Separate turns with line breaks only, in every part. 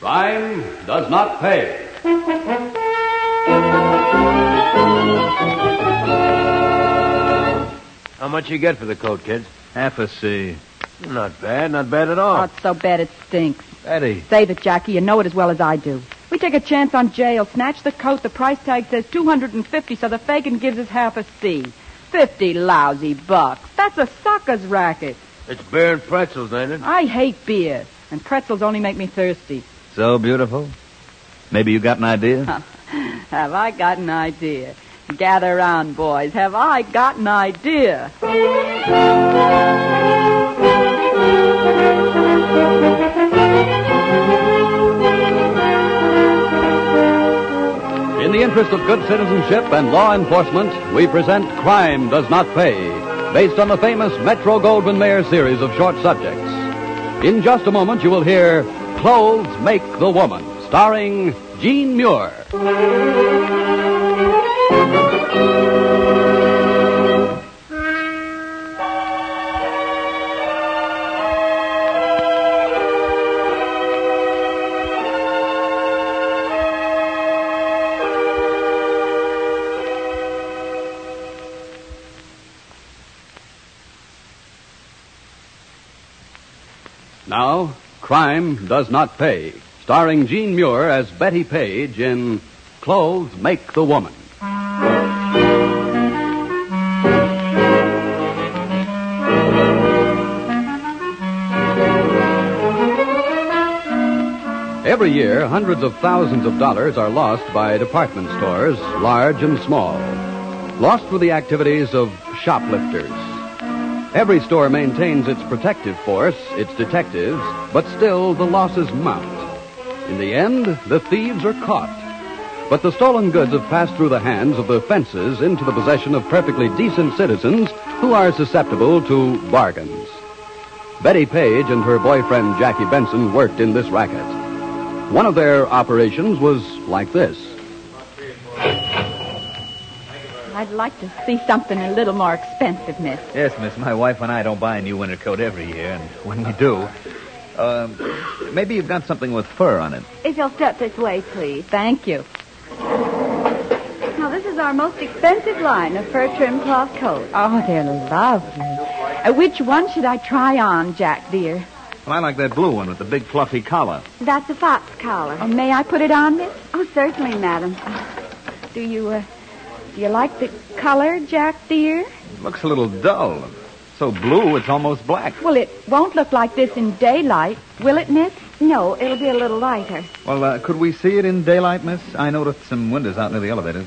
Crime does not pay.
How much you get for the coat, kid?
Half a C.
Not bad, not bad at
Oh,
all.
it's so bad it stinks.
Betty.
Say it, Jackie. You know it as well as I do. We take a chance on jail. Snatch the coat. The price tag says 250 so the Fagin gives us half a C. 50 lousy bucks. That's a sucker's racket.
It's beer and pretzels, ain't it?
I hate beer, and pretzels only make me thirsty.
So beautiful. Maybe you got an idea?
Have I got an idea? Gather round, boys. Have I got an idea?
In the interest of good citizenship and law enforcement, we present Crime Does Not Pay, based on the famous Metro Goldwyn Mayer series of short subjects. In just a moment, you will hear Clothes Make the Woman, starring Jean Muir. Now, Crime Does Not Pay, starring Jean Muir as Betty Page in Clothes Make the Woman. Every year, hundreds of thousands of dollars are lost by department stores, large and small. Lost through the activities of shoplifters. Every store maintains its protective force, its detectives, but still the losses mount. In the end, the thieves are caught. But the stolen goods have passed through the hands of the fences into the possession of perfectly decent citizens who are susceptible to bargains. Betty Page and her boyfriend Jackie Benson worked in this racket. One of their operations was like this.
I'd like to see something a little more expensive, miss.
Yes, miss. My wife and I don't buy a new winter coat every year, and when we do, um, maybe you've got something with fur on it.
If you'll step this way, please.
Thank you.
Now, this is our most expensive line of fur trim cloth coats.
Oh, they're lovely. Uh, which one should I try on, Jack, dear?
Well, I like that blue one with the big fluffy collar.
That's a fox collar.
Oh, may I put it on, miss?
Oh, certainly, madam.
Do you, uh, do you like the color, Jack, dear?
Looks a little dull. So blue, it's almost black.
Well, it won't look like this in daylight, will it, miss?
No, it'll be a little lighter.
Well, uh, could we see it in daylight, miss? I noticed some windows out near the elevator.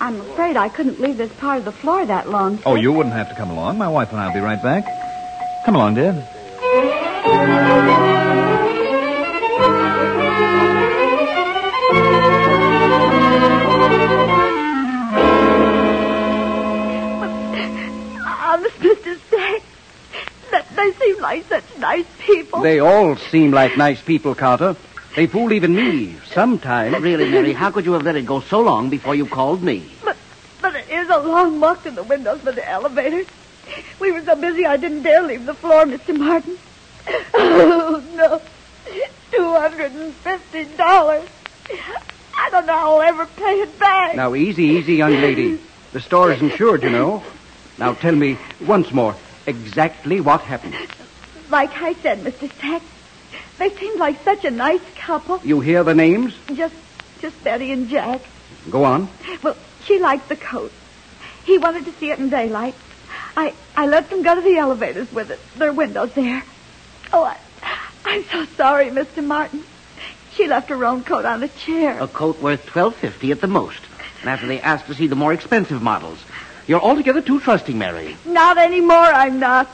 I'm afraid I couldn't leave this part of the floor that long.
Oh, you wouldn't have to come along. My wife and I'll be right back. Come along, dear.
Oh, Mr. Stack. That they seem like such nice people.
They all seem like nice people, Carter. They fool even me sometimes.
Really, Mary, how could you have let it go so long before you called me?
But it is a long walk to the windows for the elevator. We were so busy I didn't dare leave the floor, Mr. Martin. Oh, no. $250. I don't know how I'll ever pay it back.
Now, easy, easy, young lady. The store is insured, you know. Now, tell me once more exactly what happened.
Like I said, Mr. Stack, they seemed like such a nice couple.
You hear the names?
Just, just Betty and Jack.
Go on.
Well, she liked the coat. He wanted to see it in daylight. I, I let them go to the elevators with it. Their windows there. Oh, I, I'm so sorry, Mr. Martin. She left her own coat on a chair.
A coat worth twelve fifty at the most. And after they asked to see the more expensive models. You're altogether too trusting, Mary.
Not anymore, I'm not.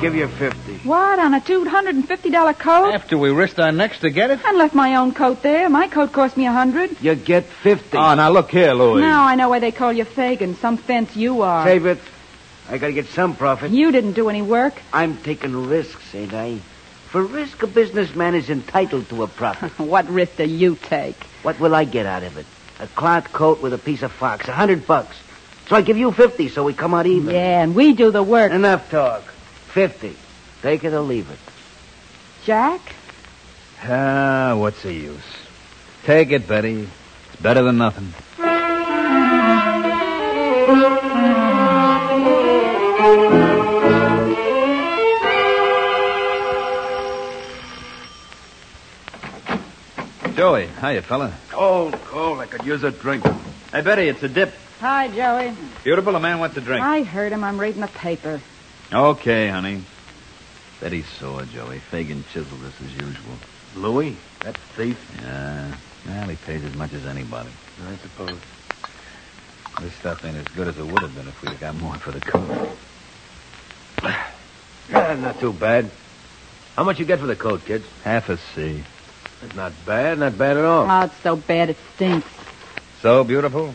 Give you 50.
What, on a $250 coat?
After we risked our necks to get it?
I left my own coat there. My coat cost me a hundred.
You get 50.
Oh, now look here, Louis.
Now I know why they call you Fagin. Some fence you are.
uh,
Save it. I gotta get some profit.
You didn't do any work.
I'm taking risks, ain't I? For risk, a businessman is entitled to a profit.
What risk do you take?
what will I get out of it? A cloth coat with a piece of fox, a hundred bucks.
So I give you 50 so we come out even.
Yeah, and we do the work.
Enough talk. 50. Take it or leave it.
Jack?
Ah, what's the use? Take it, Betty. It's better than nothing. Joey, hiya, fella.
Cold, cold. I could use a drink.
Hey, Betty, it's a dip.
Hi, Joey.
Beautiful, a man wants a drink.
I heard him. I'm reading the paper.
Okay, honey. Betty saw Joey. Fagan chiseled us as usual.
Louis, that thief.
Yeah. Well, he pays as much as anybody.
I suppose.
This stuff ain't as good as it would have been if we'd have got more for the coat.
Yeah, Ah, not too bad. How much you get for the coat, kids?
Half a C.
It's not bad, not bad at all.
Oh, it's so bad it stinks.
So beautiful.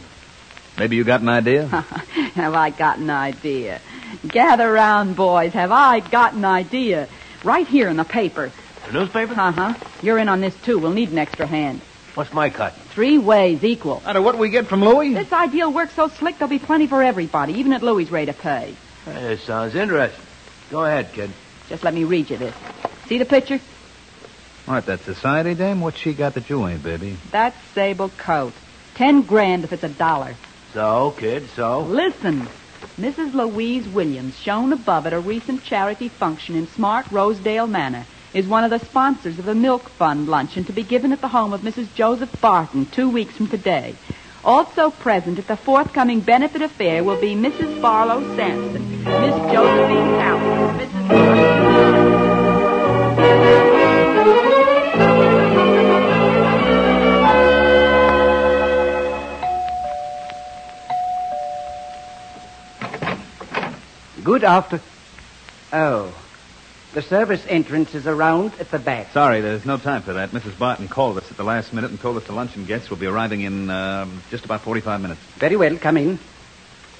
Maybe you got an idea?
Have I got an idea? Gather round, boys. Have I got an idea? Right here in the paper.
The newspaper?
Uh huh. You're in on this too. We'll need an extra hand.
What's my cut?
Three ways equal.
Out of what we get from Louis?
This idea'll work so slick there'll be plenty for everybody, even at Louis' rate of pay.
That sounds interesting. Go ahead, kid.
Just let me read you this. See the picture?
What, that society dame? What she got that you ain't, baby?
That's sable coat. Ten grand if it's a dollar.
So, kid, so?
Listen. Mrs. Louise Williams, shown above at a recent charity function in smart Rosedale Manor, is one of the sponsors of the Milk Fund luncheon to be given at the home of Mrs. Joseph Barton two weeks from today. Also present at the forthcoming benefit affair will be Mrs. Barlow Sampson, Miss Josephine Powell, Mrs. Doris Miller.
Good after. Oh. The service entrance is around at the back.
Sorry, there's no time for that. Mrs. Barton called us at the last minute and told us the luncheon guests will be arriving in um, just about 45 minutes.
Very well, come in.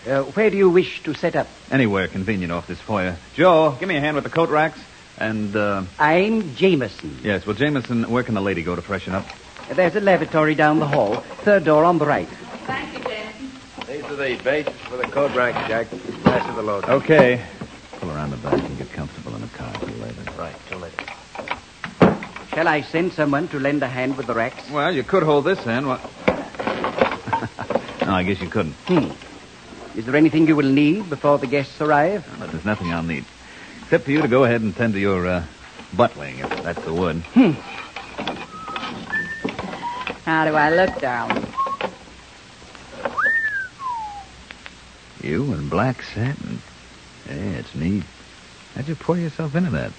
Uh, where do you wish to set up?
Anywhere convenient off this foyer. Joe, give me a hand with the coat racks. And, uh,
I'm Jameson.
yes, well, Jameson, where can the lady go to freshen up?
There's a lavatory down the hall, third door on the right.
These are the bases for the code rack, Jack. Last of the load.
Okay. Pull around the back and get comfortable in the car till later.
Right, till later.
Shall I send someone to lend a hand with the racks?
Well, you could hold this hand. What? no, I guess you couldn't.
Hmm. Is there anything you will need before the guests arrive?
But there's nothing I'll need. Except for you to go ahead and tend to your, uh, buttling, if that's the word.
How do I look, darling?
You in black satin. Yeah, it's neat. How'd you pour yourself into that?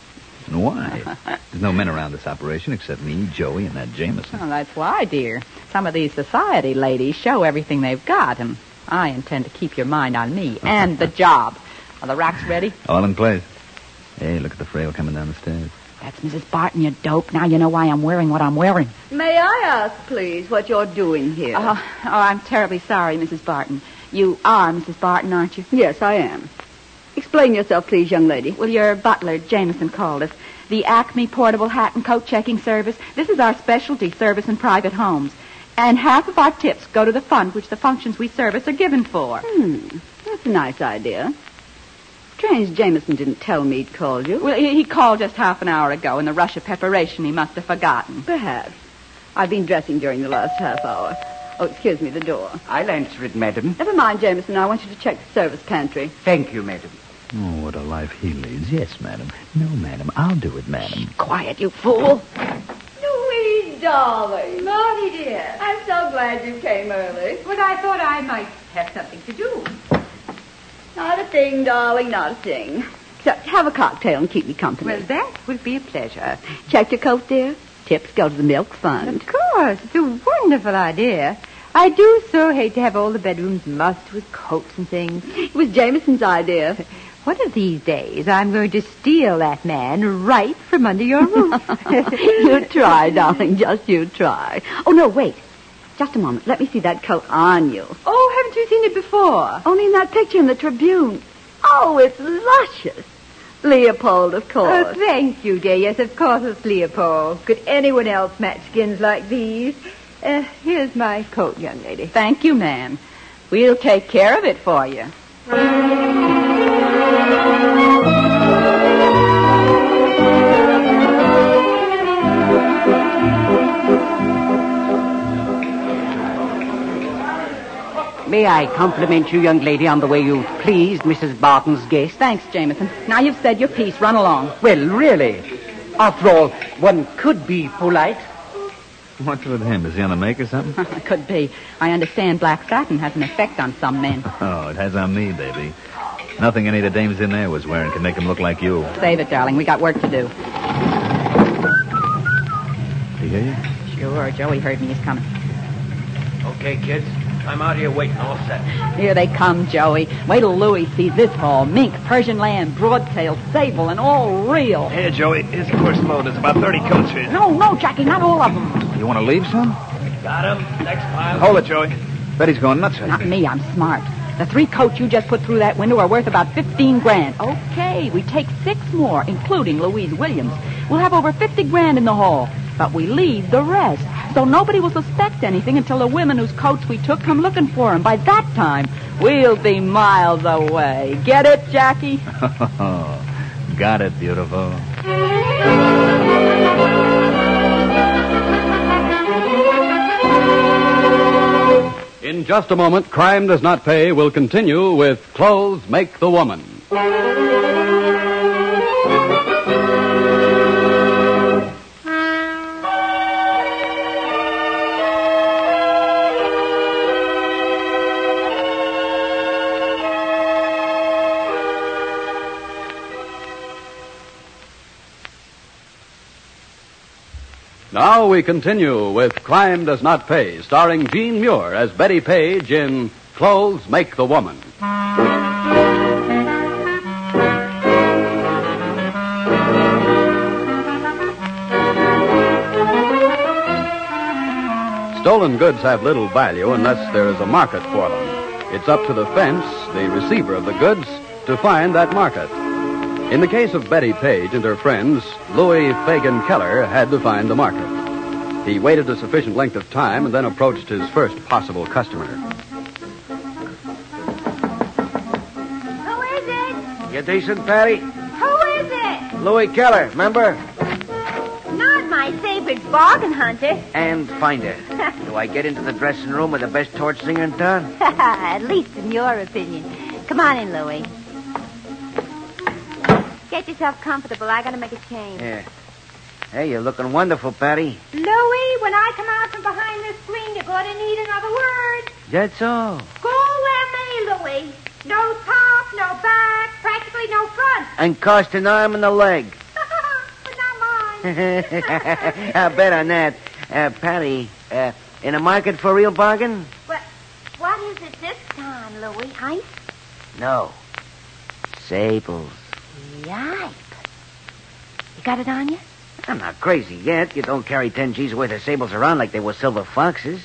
And why? There's no men around this operation except me, Joey, and that Jameson.
Well, that's why, dear. Some of these society ladies show everything they've got, and I intend to keep your mind on me and the job. Are the racks ready?
All in place. Hey, look at the frail coming down the stairs.
That's Mrs. Barton, you dope. Now you know why I'm wearing what I'm wearing.
May I ask, please, what you're doing here?
Oh, oh, I'm terribly sorry, Mrs. Barton. You are Mrs. Barton, aren't you?
yes, I am. Explain yourself, please, young lady.
Well, your butler, Jameson, called us. The Acme Portable Hat and Coat Checking Service. This is our specialty service in private homes. And half of our tips go to the fund which the functions we service are given for.
That's a nice idea. Strange Jameson didn't tell me he'd called you.
Well, he, he called just half an hour ago. In the rush of preparation, he must have forgotten.
Perhaps. I've been dressing during the last half hour. Oh, excuse me, the door.
I'll answer it, madam.
Never mind, Jameson. I want you to check the service pantry.
Thank you, madam.
Oh, what a life he leads. Yes, madam. No, madam. I'll do it, madam.
Quiet, you fool.
Louise, darling. Marty, dear. I'm so glad you came early. But I thought I might have something to do. Not a thing, darling, not a thing. Except have a cocktail and keep me company.
Well, that would be a pleasure.
Check your coat, dear. Tips go to the milk fund.
Of course. It's a wonderful idea. I do so hate to have all the bedrooms mussed with coats and things.
It was Jameson's idea.
One of these days, I'm going to steal that man right from under your roof.
you try, darling. Just you try. Oh, no, wait. Just a moment. Let me see that coat on you.
Oh, haven't you seen it before?
Only in that picture in the Tribune. Oh, it's luscious. Leopold, of
Oh,
course.
thank you, dear. Yes, of course it's Leopold. Could anyone else
Oh,
match skins like these? Uh, here's my coat, young lady.
Thank you, ma'am. We'll take care of it for you.
May I compliment you, young lady, on the way you've pleased Mrs. Barton's guest?
Thanks, Jameson. Now you've said your piece. Run along.
Well, really. After all, one could be polite.
What's with him? Is he on the make or something?
Could be. I understand black satin has an effect on some men.
Oh, it has on me, baby. Nothing any of the dames in there was wearing could make him look like you.
Save it, darling. We got work to do.
You hear you?
Sure, Joey heard me. He's coming.
Okay, kids. I'm out here waiting all set.
Here they come, Joey. Wait till Louis sees this haul. Mink, Persian lamb, broadtail, sable, and all real.
Here, Joey. Here's the first load. There's about 30 coats here.
No, no, Jackie, not all of them.
You want to leave some?
Got him. Next pile.
Hold it, Joey. Betty's going nuts.
Not me, I'm smart. The three coats you just put through that window are worth about 15 grand. Okay, we take six more, including Louise Williams. We'll have over 50 grand in the haul, but we leave the rest. So nobody will suspect anything until the women whose coats we took come looking for 'em. By that time, we'll be miles away. Get it, Jackie?
Got it, beautiful.
In just a moment, Crime Does Not Pay will continue with Clothes Make the Woman. Now we continue with Crime Does Not Pay, starring Jean Muir as Betty Page in Clothes Make the Woman. Stolen goods have little value unless there is a market for them. It's up to the fence, the receiver of the goods, to find that market. In the case of Betty Page and her friends, Louis Fagan Keller had to find the market. He waited a sufficient length of time and then approached his first possible customer.
Who is it?
You decent, Patty?
Who is it?
Louis Keller, remember?
Not my favorite bargain hunter.
And finder. Do I get into the dressing room with the best torch singer in town?
At least in your opinion. Come on in, Louie. Get yourself comfortable. I gotta make a change.
Yeah. Hey, you're looking wonderful, Patty.
Louie, when I come out from behind this screen, you're gonna need another word.
That's all.
Go where may, Louie. No top, no back, practically no front.
And cost an arm and a leg.
but not mine.
I bet on that. Uh, Patty, uh, in a market for real bargain?
what, what is it this time, Louie? Heist?
No. Sables.
Yipe. You got it on you?
I'm not crazy yet. You don't carry ten G's worth of sables around like they were silver foxes.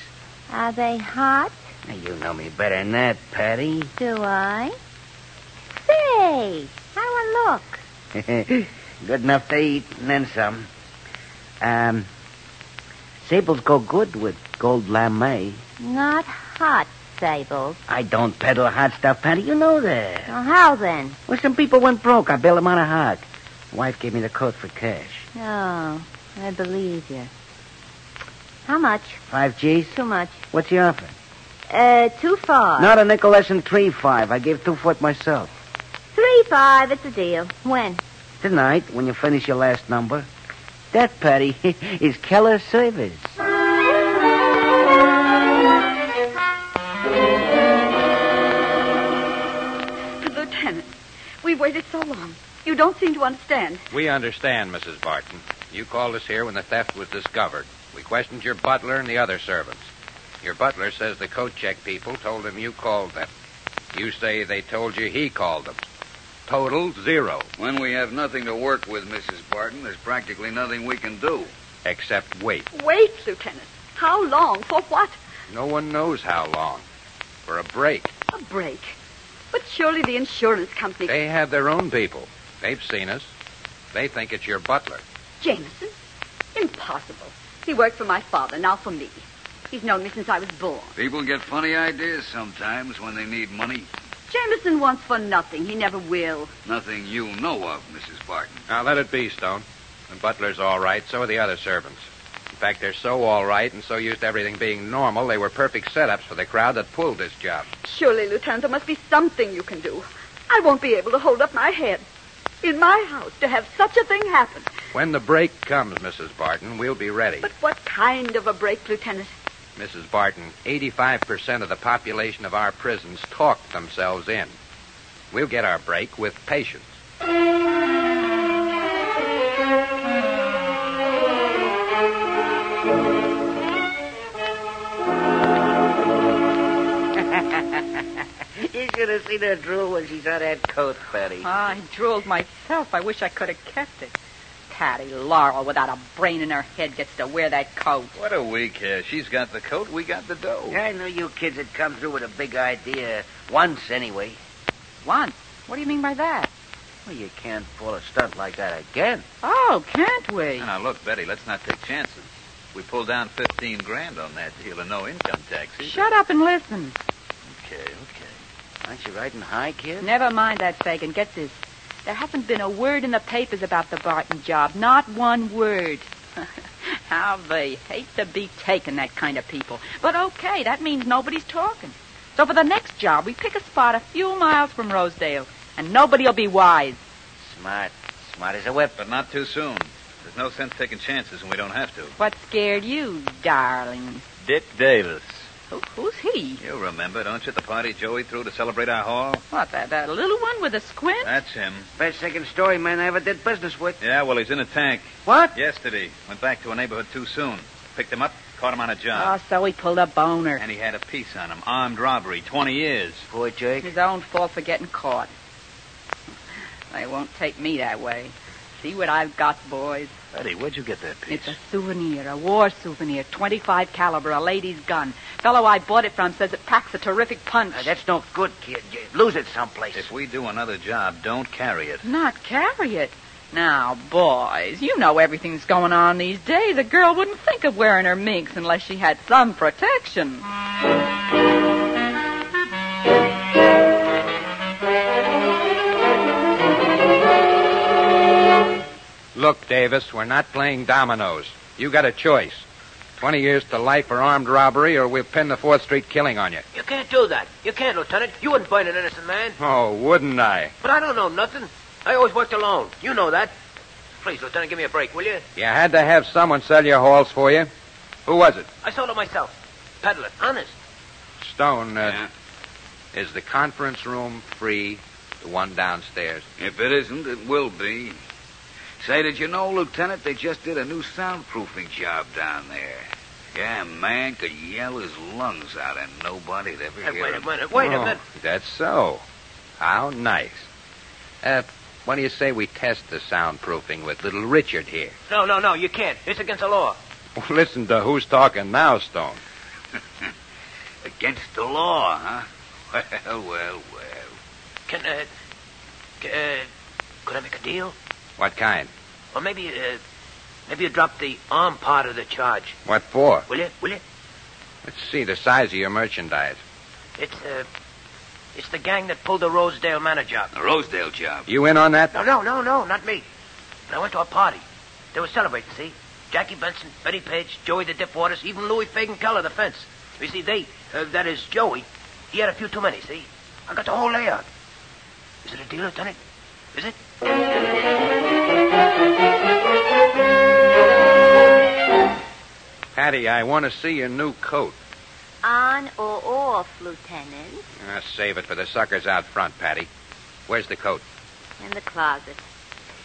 Are they hot?
Now, You know me better than that, Patty.
Do I? Say, how a look.
Good enough to eat and then some. Um, sables go good with gold lamé.
Not hot, Sables.
I don't peddle hot stuff, Patty. You know that.
Well, how then?
Well, some people went broke. I bailed them out of hog. Wife gave me the coat for cash.
Oh, I believe you. How much?
Five G's?
Too much.
What's the offer?
Uh, too far.
Not a nickel less than three five. I gave two foot myself.
Three five, it's a deal. When?
Tonight, when you finish your last number, that, Patty, is Keller Service.
Lieutenant, we've waited so long. You don't seem to understand.
We understand, Mrs. Barton. You called us here when the theft was discovered. We questioned your butler and the other servants. Your butler says the coat check people told him you called them. You say they told you he called them. Total zero,
When we have nothing to work with, Mrs. Barton, there's practically nothing we can do.
except wait.
Wait, Lieutenant. How long? For what?
No one knows how long. For a break.
A break. But surely the insurance company.
They have their own people. They've seen us. They think it's your butler.
Jameson? Impossible. He worked for my father, now for me.
He's known me since I was born.
People get funny ideas sometimes when they need money.
Jameson wants for nothing. He never will.
Nothing you know of, Mrs. Barton.
Now, let it be, Stone. The butler's all right, so are the other servants. In fact, they're so all right and so used to everything being normal, they were perfect setups for the crowd that pulled this job.
Surely, Lieutenant, there must be something you can do. I won't be able to hold up my head. In my house, to have such a thing happen.
When the break comes, Mrs. Barton, we'll be ready.
But what kind of a break, Lieutenant?
Mrs. Barton, 85% of the population of our prisons talk themselves in. We'll get our break with patience.
You should have seen her drool when she saw that coat, Patty.
Ah, I drooled myself. I wish I could have kept it. Patty Laurel, without a brain in her head, gets to wear that coat.
What a week here. She's got the coat, we got the dough.
I knew you kids had come through with a big idea once, anyway.
Once? What do you mean by that?
Well, you can't pull a stunt like that again.
Oh, can't we?
Now, look, Betty, let's not take chances. We pulled down 15 grand on that deal and no income tax. either.
Shut up and listen.
Okay, okay. Aren't you riding high, kid?
Never mind that, Fagan. Get this. There hasn't been a word in the papers about the Barton job. Not one word. How they hate to be taken, that kind of people. But okay, that means nobody's talking. So for the next job, we pick a spot a few miles from Rosedale, and nobody'll be wise.
Smart. Smart as a whip.
But not too soon. There's no sense taking chances when we don't have to.
What scared you, darling?
Dick Davis.
Who, who's he?
You remember, don't you, the party Joey threw to celebrate our haul?
What, that, that little one with a squint?
That's him.
Best second story man I ever did business with.
Yeah, well, he's in a tank.
What?
Yesterday. Went back to a neighborhood too soon. Picked him up, caught him on a job.
Uh,
Oh, so he pulled a boner.
And he had a piece on him. Armed robbery, 20 years.
Poor Jake.
His own fault for getting caught. They won't take me that way. See what I've got, boys.
Betty, where'd you get that piece?
It's a souvenir, a war souvenir, 25 caliber, a lady's gun. Fellow I bought it from says it packs a terrific punch.
Uh, that's no good, kid. You lose it someplace.
If we do another job, don't carry it.
Not carry it. Now, boys, you know everything that's going on these days. A girl wouldn't think of wearing her minks unless she had some protection.
Look, Davis, we're not playing dominoes. You got a choice. Twenty years to life for armed robbery, or we'll pin the Fourth Street killing on you.
You can't do that. You can't, Lieutenant. You wouldn't burn an innocent man.
Oh, wouldn't I?
But I don't know nothing. I always worked alone. You know that. Please, Lieutenant, give me a break, will you?
You had to have someone sell your halls for you. Who was it?
I sold it myself. Peddler, honest.
Stone. Uh, Is the conference room free? The one downstairs.
If it isn't, it will be. Say, did you know, Lieutenant, they just did a new soundproofing job down there. Yeah, man could yell his lungs out and nobody'd ever
Hey,
hear
wait a
him.
minute, wait
Oh, That's so. How nice. Uh, what do you say we test the soundproofing with little Richard here?
No, no, no, you can't. It's against the law.
Listen to who's talking now, Stone.
Against the law, huh? Well, well, well.
Can, uh, c- uh, could I make a deal?
What kind?
Or maybe, uh, maybe you drop the arm part of the charge.
What for?
Will you? Will you?
Let's see the size of your merchandise.
It's, uh, it's the gang that pulled the Rosedale Manor job.
The Rosedale job.
You in on that?
No, no, no, no, not me. But I went to a party. They were celebrating, see? Jackie Benson, Betty Page, Joey the Dip Waters, even Louis Fagan Keller, the fence. You see, they, uh, that is Joey, he had a few too many, see? I got the whole layout. Is it a deal, Lieutenant? Is it?
Patty, I want to see your new coat.
On or off, Lieutenant?
Uh, save it for the suckers out front, Patty. Where's the coat?
In the closet.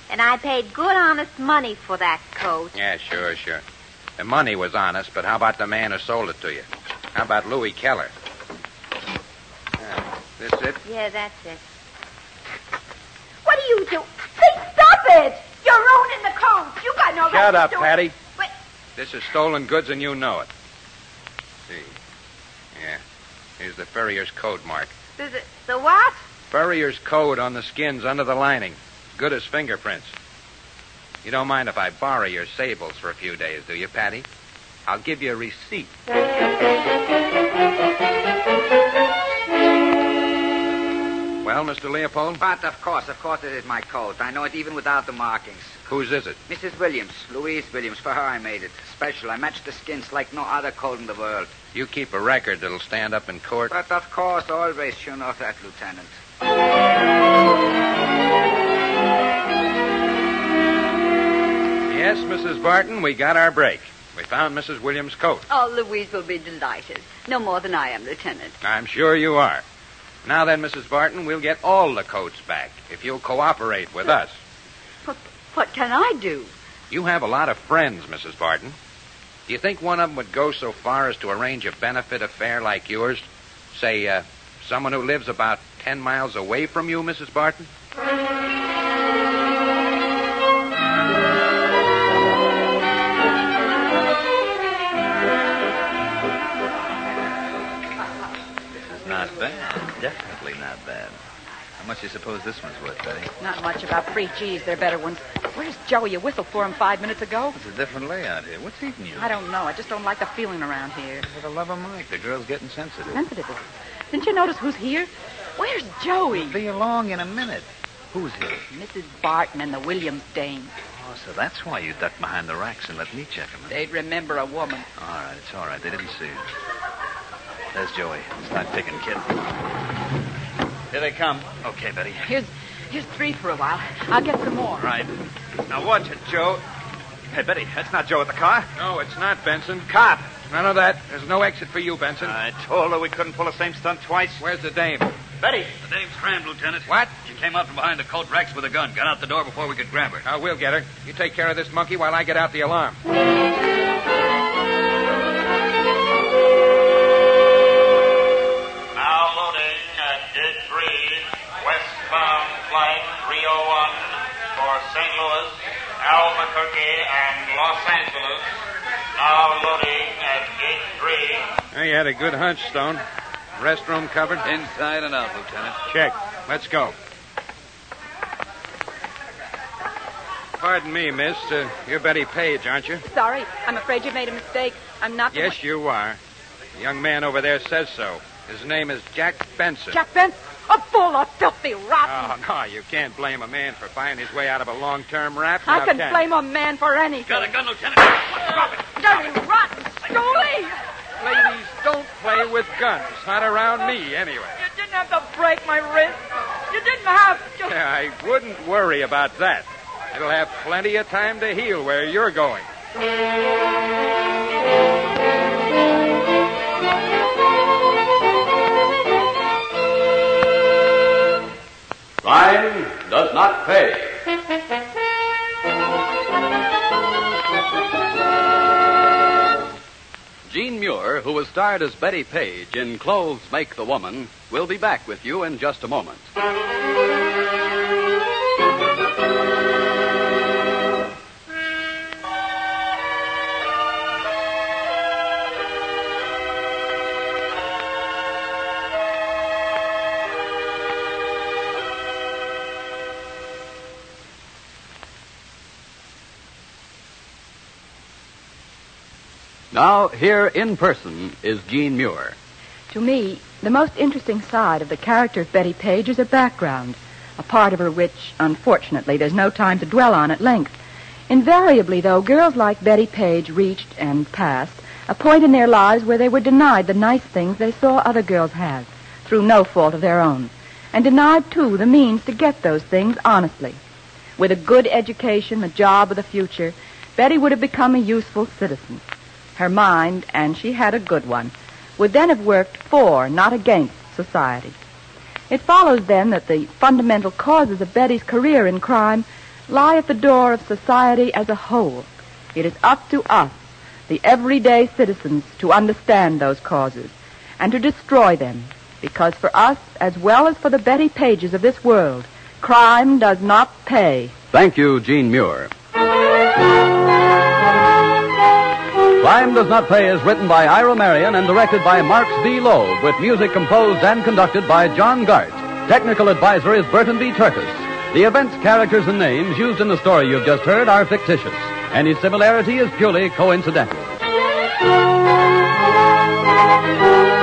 And I paid good honest money for that coat.
Yeah, sure, sure. The money was honest, but how about the man who sold it to you? How about Louis Keller? Uh, this it?
Yeah, that's it. What do you do? Pete, stop it! You're ruining the coat. You got no right
Shut
to
up,
do it.
Patty.
Wait.
This is stolen goods, and you know it. See. Yeah. Here's the furrier's code mark.
The, the, the what?
Furrier's code on the skins under the lining. Good as fingerprints. You don't mind if I borrow your sables for a few days, do you, Patty? I'll give you a receipt. Well, Mr. Leopold,
But of course, of course, it is my coat. I know it even without the markings.
whose is it?
Mrs. Williams, Louise Williams, for her I made it. Special. I matched the skins like no other coat in the world.
You keep a record that'll stand up in court.
But of course, always you know that, Lieutenant.
Yes, Mrs. Barton, we got our break. We found Mrs. Williams' coat.
Oh, Louise will be delighted. No more than I am, Lieutenant.
I'm sure you are. Now then, Mrs. Barton, we'll get all the coats back if you'll cooperate with us.
What can I do?
You have a lot of friends, Mrs. Barton. Do you think one of them would go so far as to arrange a benefit affair like yours? Say, uh, someone who lives about ten miles away from you, Mrs. Barton?
Not bad. Definitely not bad. How much do you suppose this one's worth, Betty?
Not much about free cheese. They're better ones. Where's Joey? You whistled for him five minutes ago.
It's a different layout here. What's eating you?
I don't know. I just don't like the feeling around here.
For the love of Mike, the girl's getting sensitive.
Sensitive. is it? Didn't you notice who's here? Where's Joey?
Be along in a minute. Who's here?
Mrs. Barton and the Williams dame.
Oh, so that's why you ducked behind the racks and let me check him.
They'd remember a woman.
All right, it's all right. They didn't see you. There's Joey. Start picking, kid. Here they come. Okay, Betty.
Here's here's three for a while. I'll get some more.
All right. Now watch it, Joe. Hey, Betty, that's not Joe at the car.
No, it's not, Benson. Cop. None of that. There's no exit for you, Benson.
I told her we couldn't pull the same stunt twice.
Where's the dame?
Betty. The dame's crammed, Lieutenant. What? She came out from behind the coat racks with a gun. Got out the door before we could grab her.
Uh, we'll get her. You take care of this monkey while I get out the alarm.
Now loading at gate 3, westbound flight 301 for St. Louis, Albuquerque, and Los Angeles. Now loading at gate 3.
Hey, you had a good hunch, Stone. Restroom covered?
Inside and out, Lieutenant.
Check. Let's go. Pardon me, miss. Uh, you're Betty Page, aren't you?
Sorry, I'm afraid you made a mistake. I'm not. the
Yes, you are. The young man over there says so. His name is Jack Benson.
one- Jack Benson, a fool, a filthy rotten.
Oh, no, you can't blame a man for buying his way out of a long term rap.
I
now,
can
you?
blame a man for anything.
Got a gun, Lieutenant.
Dirty rotten stoolie.
Ladies, don't play with guns. Not around me, anyway.
You didn't have to break my wrist. You didn't have to.
Yeah, I wouldn't worry about that. It'll have plenty of time to heal where you're going.
Crime does not pay.
Jean Muir, who was starred as Betty Page in Clothes Make the Woman, will be back with you in just a moment. Now, here in person is Jean Muir.
To me, the most interesting side of the character of Betty Page is her background, a part of her which, unfortunately, there's no time to dwell on at length. Invariably, though, girls like Betty Page reached and passed a point in their lives where they were denied the nice things they saw other girls have, through no fault of their own, and denied, too, the means to get those things honestly. With a good education, a job with a future, Betty would have become a useful citizen. Her mind, and she had a good one, would then have worked for, not against, society. It follows then that the fundamental causes of Betty's career in crime lie at the door of society as a whole. It is up to us, the everyday citizens, to understand those causes and to destroy them, because for us, as well as for the Betty Pages of this world, crime does not pay.
Thank you, Jean Muir. Crime Does Not Pay is written by Ira Marion and directed by Marks D. Loeb, with music composed and conducted by John Gart. Technical advisor is Burton B. Turkis. The events, characters, and names used in the story you've just heard are fictitious. Any similarity is purely coincidental.
Lieutenant.